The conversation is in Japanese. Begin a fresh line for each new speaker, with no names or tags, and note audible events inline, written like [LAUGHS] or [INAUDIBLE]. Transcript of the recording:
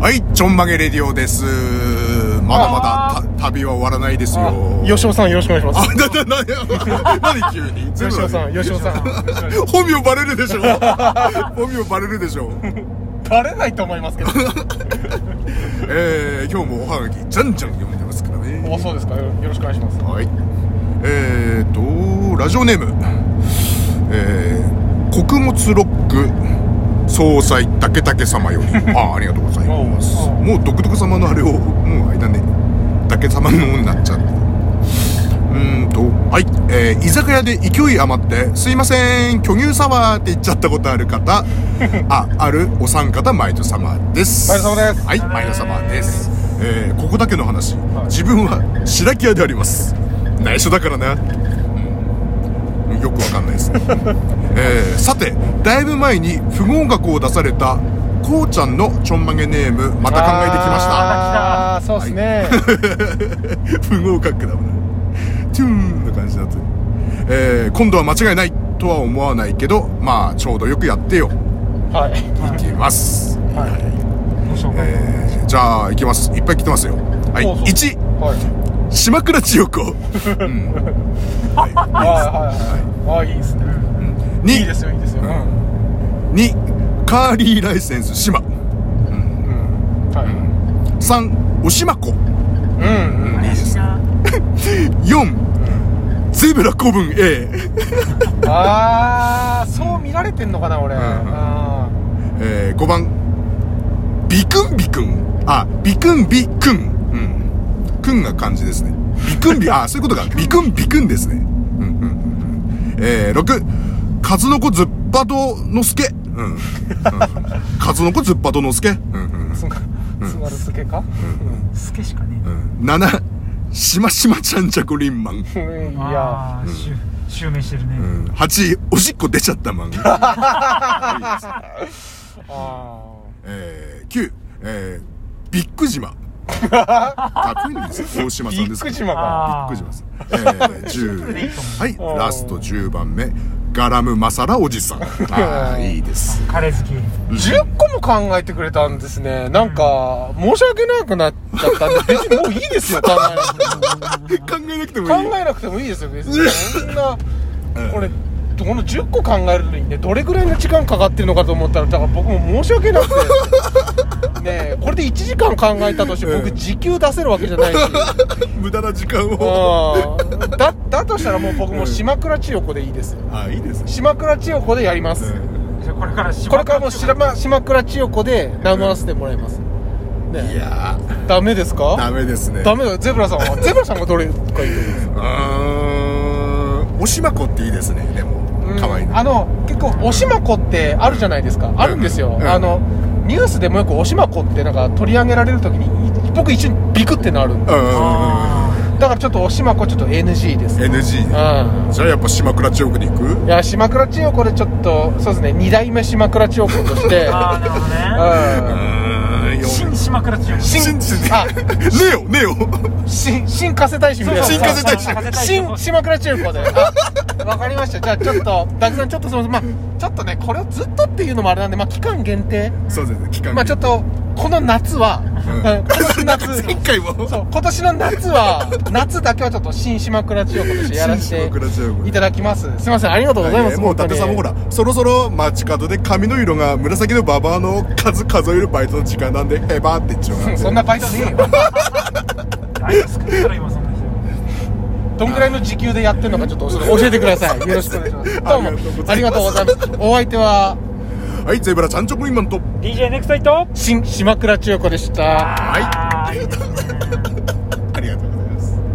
はい、ちょんまげレディオです。まだまだた旅は終わらないですよ。
吉尾さんよろしくお願いします
あ、な、な、な、何急に全部
吉尾さん吉尾さん [LAUGHS]
本名バレるでしょ本名バレるでしょ
バレないと思いますけ [LAUGHS] ど
えー、今日もおはがき、じゃんじゃん読んでますからね。
おそうですかよよろしくお願いします
はい。えーと、ラジオネーム、えー、穀物ロック総裁竹竹様より、あー、ありがとうございます。
おうおう
もう独特様のあれを、もう間ね、竹様のになっちゃって。うーんと、はい、えー居酒屋で勢い余って、すいません、巨乳サワーって言っちゃったことある
[LAUGHS]
方、あ、あるお三方、毎度様です。
毎度様です
はい、毎度様です。えーここだけの話、自分は白木屋であります。内緒だからな。うんよくわかんない
[LAUGHS]
ですね。えーさてだいぶ前に不合格を出されたこうちゃんのちょんまげネームまた考えてきました
あーそうですね
不合格だもんねチューンな感じだと、えー今度は間違いないとは思わないけどまあちょうどよくやってよ
はい
いきます、
はいどうしようか
えーじゃあいきますいっぱい来てますよはい
そうそう
1
はい
島倉千代子、うん
はいはいはいあーいいですねいいですよいいですようん
2カーリーライセンス島
はい
3おしまこ
うんうん
いいです4ゼブラ古文 A
ああそう見られてんのかな俺あ
えー、5番、ビクンビクン。あ、ビクンビクン。うん。くんが漢字ですね。ビクンビ、あ、そういうことか。ビクンビクンですね。うんうんうんうん。えー、6、数の子ズッパドのすけ。うん。うん数の子ズッパドのすけ。うんうん
ーつがつまるすけかすけしかね
うん。7、しましまちゃんじゃこりんまん。
うんいや
ああ、しゅ襲名してるね、
うん8、おしっこ出ちゃったまん。
あ
えー、9、えー、ビック島。かっこいいんですよ。大島
ー
さ
ビ
んです
ッ
け
グ
ど
島か
びっくりします。えー、10。はい、
うん
ラスト10番目。ガラムマサラおじさん。あーいいです。
カレー好き
10個も考えてくれたんですねなんか申し訳なくなっちゃったんで別にもういいですよ考えなくても
考えなくても
考
いい。
えなくてもいいですよ別にそんなこれこの10個考えるのにねどれぐらいの時間かかってるのかと思ったらだから僕も申し訳なくてねえこれで1時間考えたとして
う
僕
ん
時給出せるわけじゃないし
無駄な時間を。
うんだだとしたらもう僕
う
も
ん
島倉千代子でいいです
あーいいですね。
島倉千代子でやります
じゃあこれからし
これからもう島島倉千代子で名乗らせてもらいます
うんい
ね
や
えダメです
ー、ダ
か
メですね。
ダメだよゼブラさん
[LAUGHS]
はゼブラさんがどれか言ってる
うーん。おしまこっていいですね。でも、かわいいな。
あの結構おしまこってあるじゃないですか、あるんですよ、
うん
あのニュースでもよくおしまこってなんか取り上げられるときにい僕一瞬ビクってなるん
う
だ
んうんうんうん。
あ
からちょっとおしまこちょっと NG です、う
NG。
ん
じゃあやっぱ島倉千代子で行く
いや島倉千代子でちょっとそうですね二代目島倉千代子とし
[LAUGHS]
て
ーあーなるほどね
う
う
ーん。よ
[LAUGHS]
新島倉千代子
新
新地
あ
ネオ、ネオ。
ん [LAUGHS] 新新加瀬大使みたいな
そうそうそう
新加瀬大使
新島倉千代子であわかりましたじゃあちょっとダクさんちょっとそのまあちょっとねこれをずっとっていうのもあれなんでまあ期間限定
そうですね、期間
まあちょっとこの夏は、
ん
今年の夏
前回も。
そう今年の夏は夏だけはちょっと新島倉千代子としてやらせ
新
て
島倉千代子
いただきますすいませんありがとうございます、
もう伊
本当
達
に
さんもほらそろそろ街角で髪の色が紫のババアの数数えるバイトの時間なんでへばーって言っちゃう
うんそんなバイトねえよ
大好きだから今そん
[LAUGHS]
な人
どんくらいの時給でやってるのかちょっと教えてくださいよろしくお願いしますどうもあ
あり
りが
が
と
とうご
うござ
ざ
い
い
ま
ます
お相手は
はいゼブラちゃんちょこりんまんと
DJ ネクストイット
新島倉千代子でした
はい [LAUGHS]
あーいいですね